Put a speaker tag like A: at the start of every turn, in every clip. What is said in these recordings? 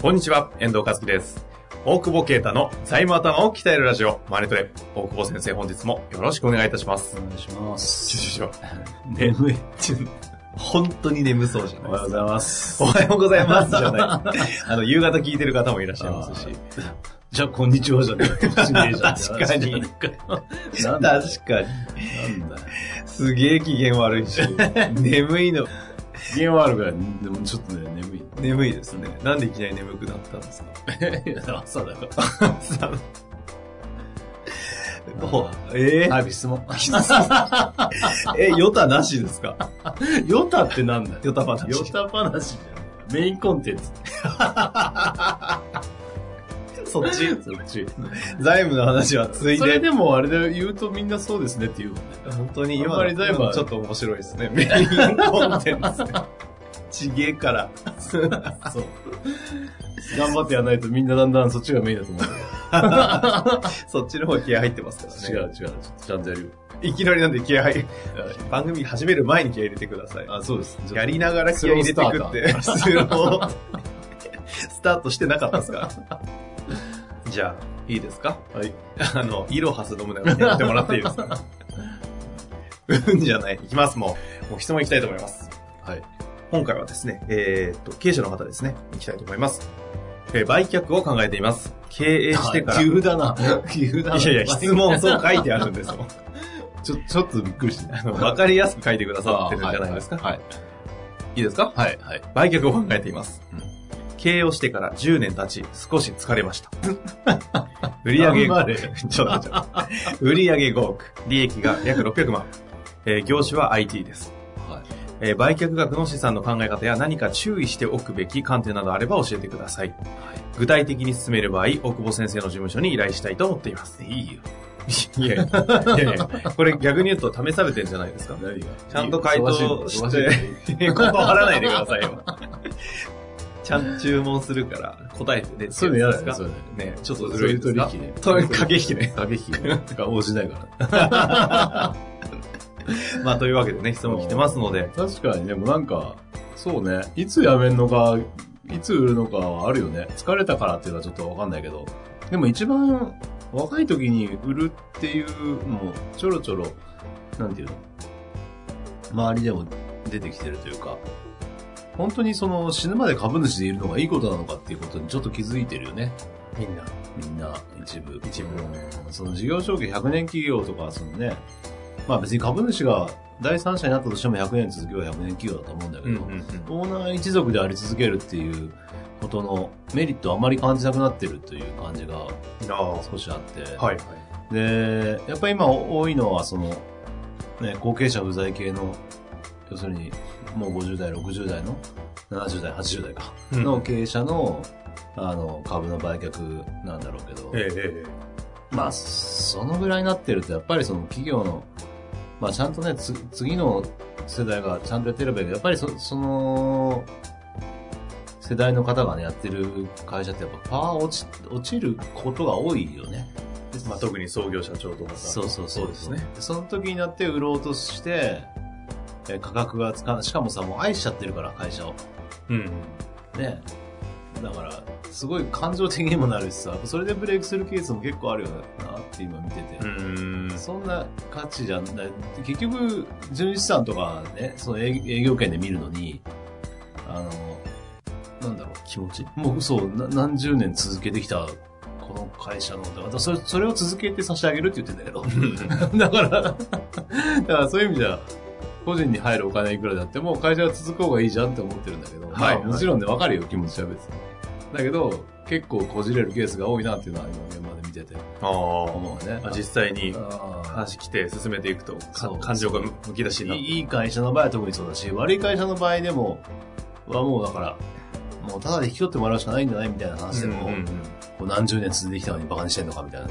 A: こんにちは、遠藤和樹です。大久保啓太の財務頭を鍛えるラジオ、マネトレ。大久保先生、本日もよろしくお願いいたします。
B: お願いします。
A: ちょちょち
B: 眠い。
A: ょ、ちょ本当に眠そうじゃ
B: お
A: ない
B: は
A: で
B: よう
A: す
B: ご
A: か。
B: ざいま
A: お。は
B: す
A: ようございます。じゃない。あの、夕方聞いてる方もいらっしゃいますし。
B: じゃあ、こんにちは じゃねえか。確
A: 確かに。
B: なん
A: 確
B: だ、
A: かに。
B: なんだ。
A: すげえ機嫌悪いし、眠いの、
B: 機嫌悪くない。でもちょっとね、眠い。
A: 眠いですね。なんでいきなり眠くなったんですか
B: 朝だか
A: さ
B: ら。
A: ほえー
B: はい、質問。
A: え、ヨタなしですか
B: ヨタってなんだよ。
A: ヨタ話。
B: ヨタ話じゃん。メインコンテンツ。
A: そっち。
B: そっち。
A: 財務の話はつい
B: それ
A: で。
B: でもあれで言うとみんなそうですねって言うもんね。
A: 本当に
B: あ
A: 今
B: んま
A: の
B: り財務は
A: ちょっと面白いですね。メインコンテンツ。ちげえから。
B: そう。頑張ってやらないとみんなだんだんそっちがメインだと思う。
A: そっちの方気合入ってますからね。
B: 違う違う。ちょっとちゃんとやるよ。
A: いきなりなんで気合入番組始める前に気合入れてください。
B: あ、そうです。
A: やりながら気合入れてくって。スロースタートしてなかったですか じゃあ、いいですか
B: はい。
A: あの、イロハス飲むのやってもらっていいですか うんじゃない。いきます、もう。もう質問いきたいと思います。
B: はい。
A: 今回はですね、えーっと、経営者の方ですね、いきたいと思います。えー売却を考えています。経営してから。い
B: 急だな。 急だな。
A: やいや、質問そう書いてあるんです よ。
B: ちょ、ちょっとびっくりして。
A: あのわかりやすく書いてくださってるんじゃないですか。
B: はい。
A: いいですか
B: はい、はい。
A: 売却を考えています。
B: うん
A: 経営をしてから10年経ち、少し疲れました。売上
B: 頑張れ
A: 5億。ちょっとちょっと。売上5億。利益が約600万。えー業種は IT です。
B: はい。
A: えー売却額の資産の考え方や何か注意しておくべき観点などあれば教えてください。具体的に進める場合、大久保先生の事務所に依頼したいと思っています。いいよ。いやいや、いやいやこれ逆に言うと試されてんじゃないです か。
B: 何が
A: ちゃんと回答して
B: 忙い
A: え、ここ張らないでくださいよ。ちゃんと注文するから答えてね。
B: そういうの嫌だ
A: で
B: ね、
A: す
B: そう
A: か
B: いうの。
A: ね、ちょっと
B: そう
A: ず
B: そう
A: る
B: い
A: いうです
B: 取
A: か
B: 引ね。
A: と駆け引きね。
B: 駆け引きとか応じないから。
A: まあ、というわけでね、質問来てますので。
B: 確かにね、もうなんか、そうね、いつ辞めるのか、いつ売るのかはあるよね。疲れたからっていうのはちょっとわかんないけど。でも一番若い時に売るっていうのもちょろちょろ、なんていうの周りでも出てきてるというか、本当にその死ぬまで株主でいるのがいいことなのかっていうことにちょっと気づいてるよね。
A: みんな。
B: みんな、一部。
A: 一部
B: うんその事業承継100年企業とか、そのね、まあ別に株主が第三者になったとしても100年続けば100年企業だと思うんだけ
A: うんう
B: ど、
A: んうん。
B: オーナー一族であり続けるっていうことのメリットをあまり感じなくなってるという感じが
A: ああ、は
B: 少しあって、
A: い。
B: で、やっぱり今多いのは、その、ね、後継者不在系の、要するに、もう50代、60代の、70代、80代か、
A: うん
B: の経営者の、あの、株の売却なんだろうけど、
A: えええ
B: まあ、そのぐらいになってると、やっぱりその企業の、まあ、ちゃんとね、つ次の世代がちゃんとやってればいいけど、やっぱりそその、世代の方がね、やってる会社ってやっぱパワー落ち、落ちることが多いよね。
A: えええまあ、特に創業社長とか
B: そうそう
A: そ
B: そうう
A: で
B: ですす
A: ね
B: ね。その時になって売ろうとして、えー価格がつかない。しかもさ、もう愛しちゃってるから、会社を。
A: うん。
B: ね。だから、すごい感情的にもなるしさ、それでブレイクするケースも結構あるよなって今見てて。
A: うん。
B: そんな価値じゃない。結局、純資産とかね、その営営業権で見るのに、あの、なんだろう。
A: 気持ち。
B: もうそう、な何十年続けてきた、この会社の、だからそれそれを続けて差し上げるって言ってんだけど。 だから、 だからそういう意味じゃ、個人に入るお金いくらであっても、会社は続く方がいいじゃんって思ってるんだけど、
A: はい
B: まあもちろんね、わかるよ、気持ちは別に。だけど、結構こじれるケースが多いなっていうのは今現場で見てて。てて
A: あ
B: 思うね
A: あ。実際に
B: あ
A: 話来て進めていくと、か
B: そう
A: 感情がむむき出し
B: ー
A: になる。
B: いい会社の場合は特にそうだし悪い会社の場合でもはもうだからもうただで引き取ってもらうしかないんじゃないみたいな話で
A: うんう
B: も、
A: んうんへ
B: こう何十年続いてきたのにバカにしてんのかみたいな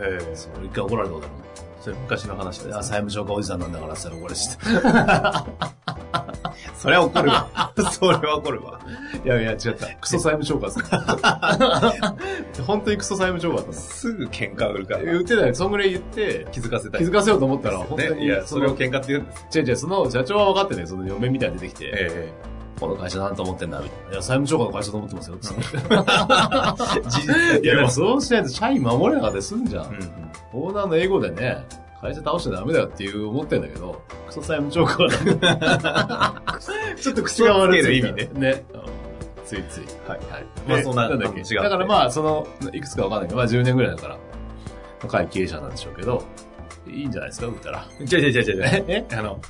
A: え。
B: そう一回怒られたことあるもん
A: それ昔の話
B: い
A: で
B: や
A: す。
B: 債務超過おじさんなんだからって言ったら怒られて
A: それは怒るわ。それは怒るわ。
B: た いやいや違ったクソ債務超過です 本当にクソ債務超過だったの
A: すぐ喧嘩売るから。
B: 言ってたよそんぐらい言って
A: 気づかせたい。
B: 気づかせようと思ったら本当に、
A: ね。いや、それを
B: 違
A: 喧嘩って言うんです。
B: う違うその社長は分かってねその嫁みたいに出てきて、
A: え
B: この会社なんと思ってんだみたいな。いや、債務超過の会社と思ってますよ。
A: え。事実
B: いや、でも
A: う。
B: そうしないと社員守れなかったりすんじゃ
A: うん
B: ん。
A: うん。
B: オーナーの英語でね、会社倒しちゃダメだよっていう思ってんだけど、クソ債務 超過なんだちょっと口が悪い
A: クソつける意味
B: ね。ね。うんついつい。はい。はい。
A: まあ
B: で
A: そんな
B: なんだっけ。
A: 違って
B: だからまあ、その、いくつかわかんないけど、まあ10年ぐらいだから、会経営者なんでしょうけど、いいんじゃないですか、売ったら。
A: じゃじゃじゃじゃじゃ。
B: え
A: あの、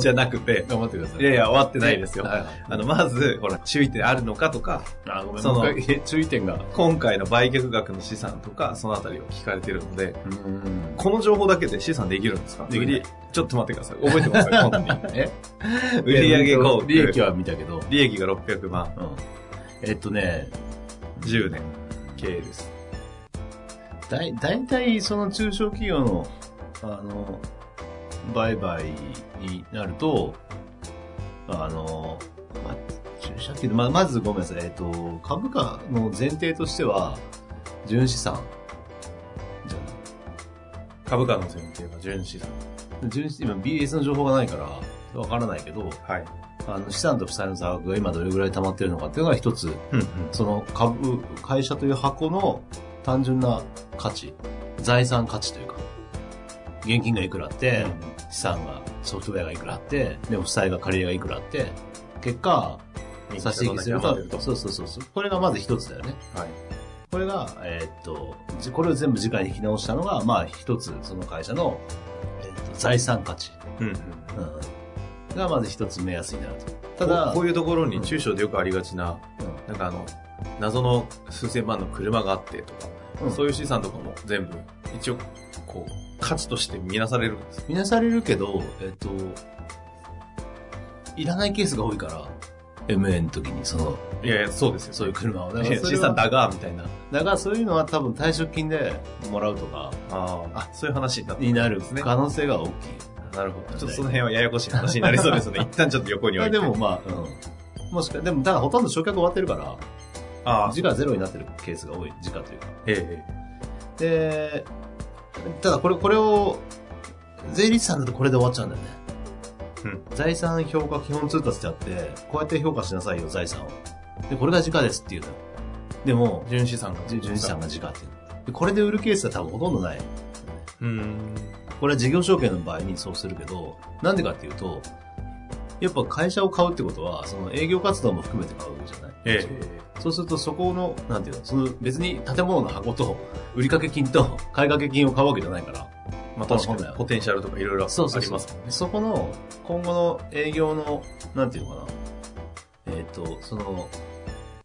A: じゃなくて、
B: 頑張ってください。
A: いやいや、終わってないですよ。
B: はいはい
A: あの、まず、ほら、注意点あるのかとか、
B: あ、ごめん、
A: その
B: もう一回注意点が。
A: 今回の売却額の資産とか、そのあたりを聞かれてるので、
B: うん。
A: この情報だけで資産できるんですか
B: できない
A: 売りちょっと待ってください。覚えてくださ い、本当に。
B: え
A: 売上
B: いや
A: 高
B: 利益は見たけど、
A: 利益が600万、
B: うんえっとね、
A: 10年経営です。
B: だい大体その中小企業の、あの、売買になると、あの、ま、中小企業、ま、まずごめんなさい、えっと、株価の前提としては、純資産じゃない。
A: 株価の前提が純資産。
B: 純資今 BS の情報がないから、わからないけど、
A: はい。
B: あの、資産と負債の差額が今どれぐらい溜まってるのかっていうのが一つ、
A: うんうん。
B: その株、会社という箱の単純な価値、財産価値というか、現金がいくらあって、資産が、ソフトウェアがいくらあって、でも負債が借り入れがいくらあって、結果、差し引きする
A: は
B: と、そうそうそうそう。これがまず一つだよね。
A: い。
B: これが、えーっと、じこれを全部次回に引き直したのが、まあ一つ、その会社の、えーっと財産価値、
A: うんうん。
B: うん、がまず一つ目安になると。
A: た
B: た
A: だ
B: だ、、
A: こういうところに中小でよくありがちな、
B: う
A: なんかあの、謎の数千万の車があってとか、
B: うん
A: そういう資産とかも全部、一応、こう、価値として見なされるんですよ。
B: 見なされるけど、えっ、と、いらないケースが多いから、MA の時にその、
A: いやいや、そうですよ。
B: そういう車を。だ
A: い
B: から
A: や
B: そ
A: 資
B: れ
A: 産
B: は
A: だが、みたいな。
B: だからそういうのは多分退職金でもらうとか、
A: ああ、そういう話になって
B: にな
A: で
B: る
A: すね。
B: 可能性が大きい。
A: なるほど。ちょっとその辺はややこしい話になりそう ですね。一旦ちょっと横に
B: ま
A: 置
B: あ
A: いて。
B: でもまあ、うん。もしか、でも、だからほとんど焼却終わってるから、
A: ああ、
B: 時価ゼロになってるケースが多い。時価というか。
A: ええ、
B: で、ただこれ、これを、税理士さんだとこれで終わっちゃうんだよね。財産評価基本通達ってあって、こうやって評価しなさいよ、財産を。で、これが時価ですっていうのよ。でも、
A: 純資産が。
B: じゅ純資産が時価っていうの。で、これで売るケースは多分ほとんどない。
A: うーん。
B: これは事業証券の場合にそうするけど、なんでかっていうと、やっぱ会社を買うってことは、その営業活動も含めて買うじゃない、
A: え
B: そうするとそこの、なんていうの、その別に建物の箱と売掛金と 買掛金を買うわけじゃないから、
A: え。まあ確か
B: 本来
A: に
B: は
A: ポテンシャルとかいろいろあります
B: そうそう
A: もん
B: そうそこの、今後の営業の、なんていうのかな。えっ、と、その、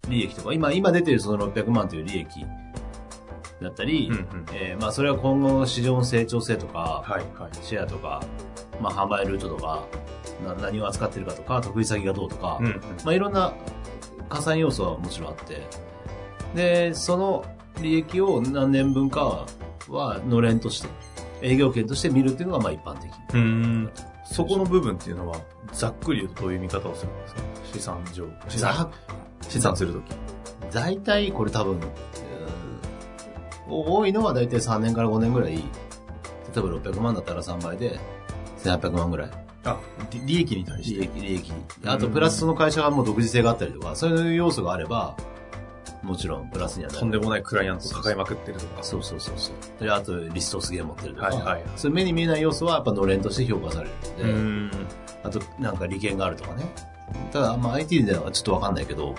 B: 利益とか、今、今出てるその600万という利益だったり、
A: うんうん。
B: えーまあ、それは今後の市場の成長性とか、
A: はい、はい。
B: シェアとか、まあ、販売ルートとか、な何を扱ってるかとか、得意先がどうとか、
A: うんうん。
B: まあ、いろんな加算要素はもちろんあって、で、その利益を何年分かは、のれんとして、営業権として見るっていうのが、まあ、一般的。
A: うーん。そこの部分っていうのは、ざっくり言うとどういう見方をするんですか資産上。資産、資産するとき。
B: 大体これ多分、うーん多いのは大体3年から5年ぐらい、例えば600万だったら3倍で、1800万ぐらい。
A: あ、り利益に対し
B: 利
A: て。
B: 益、利益。あと、プラスその会社がもう独自性があったりとか、そういう要素があれば、もちろんプラスにはな
A: とん
B: る。
A: でもないクライアントを抱えまくってるとか。
B: そうそうそうそう。で、あと、リストをすげえ持ってるとか、
A: はいはい
B: そういう目に見えない要素はやっぱのれんとして評価される
A: う
B: ので、
A: ーん。
B: あと、なんか利権があるとかね。ただ、まあ IT ではちょっとわかんないけど、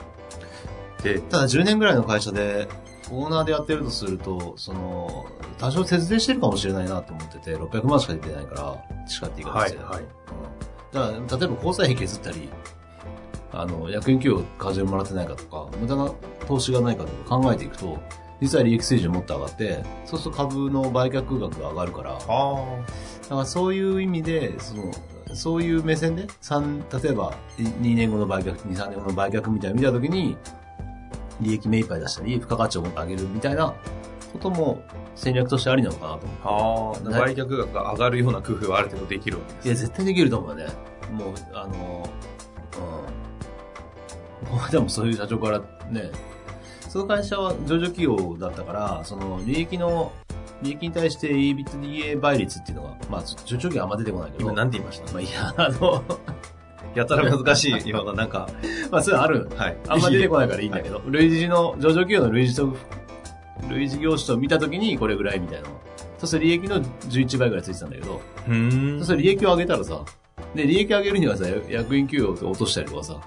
A: で、
B: ただ10年ぐらいの会社で、オーナーでやってるとすると、その、多少節税してるかもしれないなと思ってて、600万しか出てないから、しかって言い方
A: は
B: し
A: い、
B: てない。
A: はい。
B: うんだから、例えば交際費削ったり、あの、役員給与課税もらってないかとか、無駄な投資がないかとか考えていくと、実は利益水準もっと上がって、そうすると株の売却額が上がるから、
A: あ
B: だからそういう意味で、その、そういう目線で、三例えば、い2年後の売却、2、3年後の売却みたいなの見たときに、利益目いっぱい出したり、付加価値をもっと上げるみたいなことも戦略としてありなのかなと思
A: あ。ああ。
B: な
A: 売却額が上がるような工夫はある程度できるわけです
B: う。いや、絶対できると思うよね。もう、あの、うん。この間もそういう社長からね、その会社は上場企業だったから、その利益の、利益に対して EBITDA 倍率っていうのが、まあ、上場企業はあんま出てこないけど、
A: 今
B: ま
A: 何て言いました
B: あ、いや、あの、
A: やたら難しい今のなん か、
B: まあ、そういうのある。
A: はい。
B: あんま出てこないからいいんだけど、類似の、上場企業の類似と、類似業種と見たときにこれぐらいみたいな。そうすると利益の11倍ぐらいついてたんだけど、
A: うーん。
B: それ利益を上げたらさ、で、利益を上げるにはさ、役員給与を落としたりとかさ、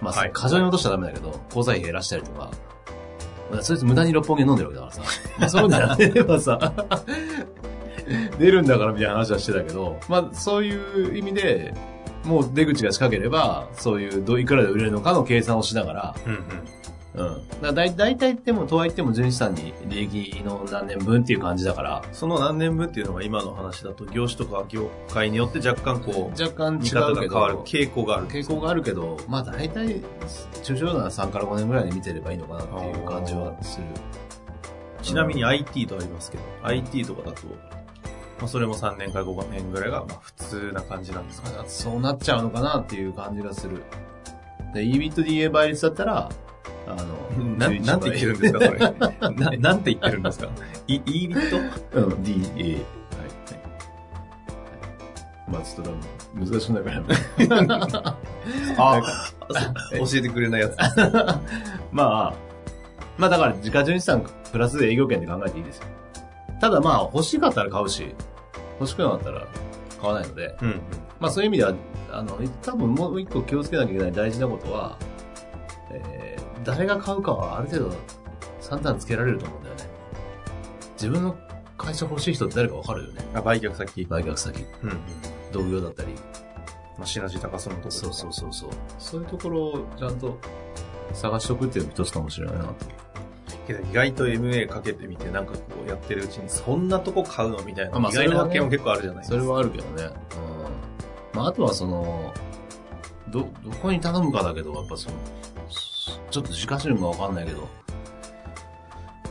B: まあ、
A: はい
B: 過剰に落としちゃダメだけど、交際費減らしたりとか、まあそいつ無駄に六本木飲んでるわけだからさ、まあ、そういうのやってればさ、 出るんだからみたいな話はしてたけど、まあ、そういう意味で、もう出口が近ければ、そういう、どういくらで売れるのかの計算をしながら、
A: うんうん。
B: うん。だから大大体でも、とはいっても、純資産に利益の何年分っていう感じだから、
A: その何年分っていうのが今の話だと、業種とか業界によって若干こう、
B: 若干違
A: 見方
B: う
A: が
B: け
A: 変
B: ど、
A: わる傾向がある。
B: 傾向があるけど、まあ大体、中小な3から5年ぐらいで見てればいいのかなっていう感じはする。
A: ちなみに IT とありますけど、IT とかだと、まあ、それも3年から5年ぐらいがまあ普通な感じなんですかね。
B: そうなっちゃうのかなっていう感じがする。で、EBITDA 倍率だったら、あ の、
A: ななんて言ってるんですか、 それ。ななんて言ってるんですか。い、いいビット
B: うん、D、A。はい。はいまあちょっと難しくなるから。 あ、
A: 教えてくれないやつ。
B: まあ、まあだから、自家純資産プラス営業権で考えていいですよ。ただまあ、欲しかったら買うし、欲しくなかったら買わないので、
A: うんうん。
B: まあそういう意味では、あの、多分もう一個気をつけなきゃいけない大事なことは、えー誰が買うかはある程度算段つけられると思うんだよね。自分の会社欲しい人って誰かわかるよね。
A: あ売却先。
B: 売却先、
A: うんうん。
B: 同業だったり。
A: まあ、シナジー高そうなところ。
B: そうそうそうそう。そういうところをちゃんと探しとくっていうのも一つかもしれないなと。
A: けど意外と MA かけてみて、なんかこうやってるうちに、そんなとこ買うのみたいな、
B: あまあ
A: 意外な
B: それはね
A: 発見も結構あるじゃないです
B: そ
A: か。
B: れはあるけどね。うん。まああとはその、ど、どこに頼むかだけど、やっぱその、すちょっと自家資料がわかんないけど、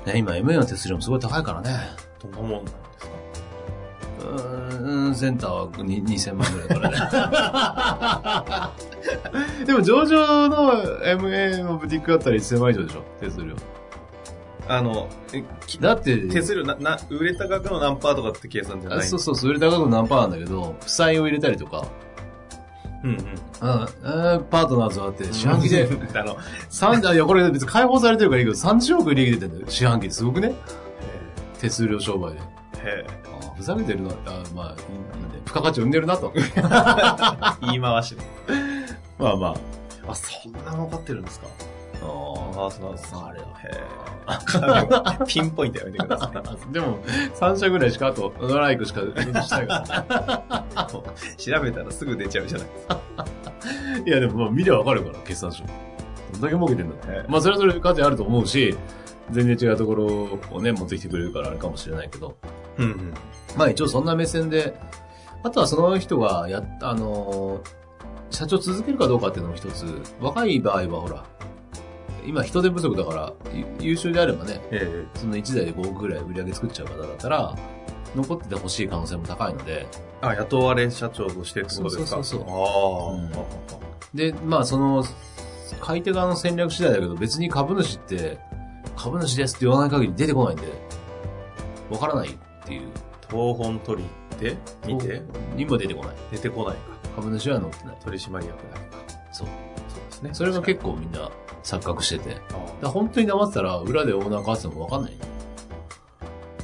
B: ね、今 MA の手数料もすごい高いからね。
A: どんなもんなんですか
B: うーん、センターはに2000万ぐらいからね。 でも上場の MA のブティックだったら1000万以上でしょ、手数料。
A: あの、えき
B: だって、
A: 手数料な、な、売れた額の何パーとかって計算じゃない
B: あそうそう、それ高く何パーなんだけど、負債を入れたりとか、
A: うんうん。
B: うん、うんパートナーズはあって、四半期で、
A: あの、
B: 三あいや、これ別に解放されてるからいいけど、30億利益出てんだよ。四半期ですごくね手数料商売で。
A: へ
B: あーふざけてるな。あーまあ、いいいいね。付加価値生んでるなと。
A: え言い回し。
B: まあま
A: あ、そんな儲かってるんですか
B: あ。あ
A: ああ、そうなんです
B: ーあれは。
A: へえ。ピンポイントやめてくださ
B: でも、3社ぐらいしか、あと、7ライクしか、しないか
A: い。調べたらすぐ出ちゃうじゃないですか。
B: ら。 いや、でも、まあ、見りゃわかるから、決算書。どんだけ儲けてんだって。
A: へ
B: まあ、それはそれ価値あると思うし、全然違うところをね、持ってきてくれるからあれかもしれないけど。
A: えうんうん。
B: まあ一応そんな目線で、あとはその人がやっ、あのー社長続けるかどうかっていうのも一つ、若い場合はほら、今人手不足だから、ゆ優秀であればね、
A: え
B: その1台で5億ぐらい売り上げ作っちゃう方だったら、残っててほしい可能性も高いので、
A: え。あ、雇われ社長としてってことですか
B: そうそうそう
A: ああ。
B: で、まあその、買い手側の戦略次第だけど、別に株主って、株主ですって言わない限り出てこないんで、わからないっていう。
A: 東本取りって、見て、
B: にも出てこない。
A: 出てこないか。
B: 株主は載ってない。
A: 取締役だけか。そ
B: そう。
A: うですね。
B: それが結構みんな錯覚してて。だか
A: 構。
B: ら本当に黙ってたら裏でオーナー変わってたのもわかんない。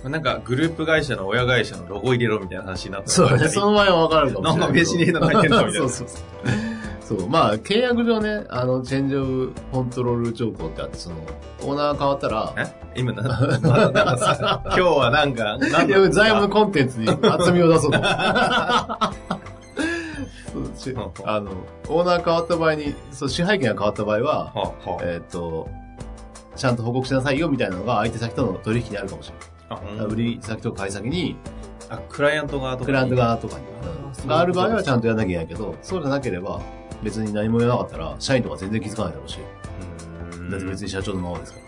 A: なんか、グループ会社の親会社のロゴ入れろみたいな話になった
B: そうね。その前はわかるかも
A: な
B: し
A: ん
B: れな
A: か
B: いけど。
A: 別にいいの入ってんのみたいな。
B: そうそうそう。そう。まあ、契約上ね、あの、チェンジオブコントロール条項ってあって、その、オーナー変わったら、
A: え今な、 またなんかさ今日はなんか、なん
B: いや、財務コンテンツに厚みを出そう と。そうち
A: はあは
B: あの、オーナー変わった場合に、そう、支配権が変わった場合は、
A: はあは
B: えっ、と、ちゃんと報告しなさいよみたいなのが相手先との取引にあるかもしれない。
A: あ、ほん
B: 売り先と買い先に、
A: あ、クライアント側とか。
B: クライアント。側とかに、
A: あーそう
B: うんがある場合はちゃんとやらなきゃいけないけど、そうじゃなければ、別に何もやらなかったら、社員とか全然気づかないだろうし、
A: う
B: だって
A: ん
B: 別。に社長のままですから。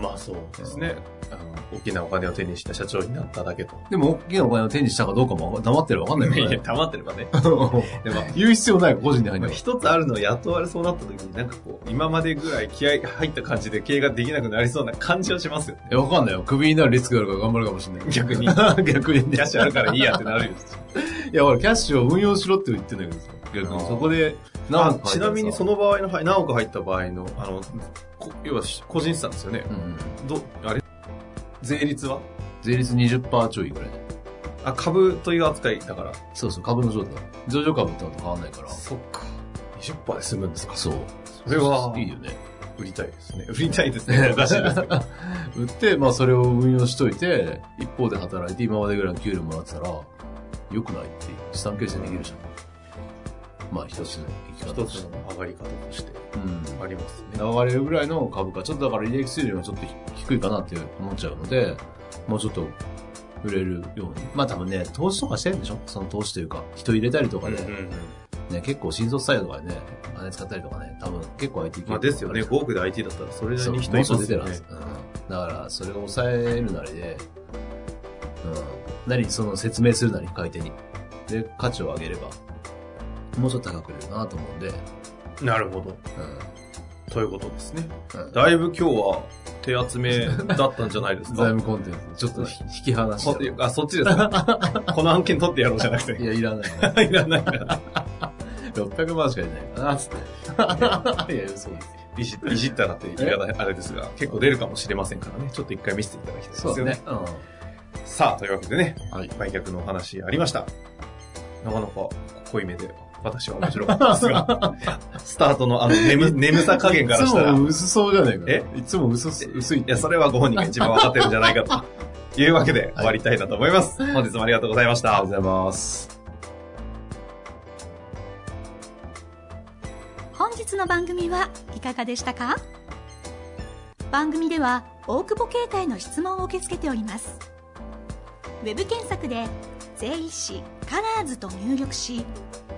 A: まあそうですね。あの、大きなお金を手にした社長になっただけと。
B: でも、大きなお金を手にしたかどうかも黙ってるわかん ない
A: い
B: よ
A: や、
B: ね。
A: 溜まってれば ね。でも、
B: 言う必要ないよ個人で入ん
A: ま
B: な
A: あ
B: い。
A: 一つあるのは雇われそうなった時に、なんかこう、今までぐらい気合が入った感じで経営ができなくなりそうな感じはしますよ。
B: え、わかんないよ。クビになるリスクがあるから頑張るかもしれない。
A: 逆に。
B: 逆 に
A: キ
B: ね
A: ャッ。シュあるからいいやって なるよ。
B: いや、ほら、キャッシュを運用しろって言ってんだけどさ。逆
A: あ
B: に
A: ー
B: そこで、
A: あ
B: 億入ったらさ
A: ちなみにそ、の場合の、はい何億入った場合の、あの、こ要は個人資産ですよね。
B: うんうん、
A: ど、あれ税率は
B: 税率20%ちょいぐらい。
A: あ、株という扱いだから。
B: そうそう、株の上だ。上場株ってのと変わんないから。
A: そっか。20%で済むんですか
B: そう。
A: それはい
B: いよね。
A: 売りたいですね。売りたいです ね。おかしいですけど。
B: 売って、まあそれを運用しといて、一方で働いて今までぐらいの給料もらってたら、良くないっていう資産形成できるじゃん。まあ一つの生き方
A: 一
B: と
A: つ
B: して。
A: の上がり方として
B: うん。
A: ありますね。
B: 流れるぐらいの株価、ちょっとだから利益水準はちょっと低いかなって思っちゃうので、もうちょっと売れるように。まあ多分ね、投資とかしてるんでしょその投資というか、人入れたりとかね、
A: うんうん
B: ね結構新卒採用とかでね、お金使ったりとかね、多分結構 IT 系
A: まあですよね。
B: とか
A: 5億で IT だったらそれなり
B: そう
A: に
B: もう
A: 人います
B: ちょっと出てる
A: よ
B: は
A: ね
B: ず。。うん、だから、それを抑えるなりで、うん。なり、その説明するなり、買い手に。で、価値を上げれば、もうちょっと高く売れるなと思うんで、
A: なるほど。
B: う
A: ということですね。
B: ん。うん
A: だいぶ今日は手集めだったんじゃないです
B: 財
A: か。
B: 務コンテンツ、ちょっと引き離
A: そ
B: して。
A: あ、そっちですか。 この案件取ってやろうじゃなく
B: い
A: て。
B: や、いらない な。
A: い らないから。
B: 600万しかいないかな、つ って。いや、そうです。
A: いじいじったらって言い方あれですが、結構出るかもしれませんからね。ちょっと一回見せていただきたいです
B: そう
A: よ
B: で
A: ね
B: す。ね。うん。
A: さあ、というわけでね、
B: はい。
A: 売却のお話ありました。なかなか濃い目で、私は面白かったですが、 スタートのあの眠眠さ加減からしたら、
B: いつ
A: い
B: も薄そうじゃないか。
A: え
B: いつも薄す、薄いって。
A: や、それはご本人が一番分かってるんじゃないかというわけで終わりたいなと思います。本日もありがとうございました。
B: うございます。
C: 本日の番組はいかがでしたか番組では大久保携帯の質問を受け付けておりますウェブ検索で「税理士カラーズと入力し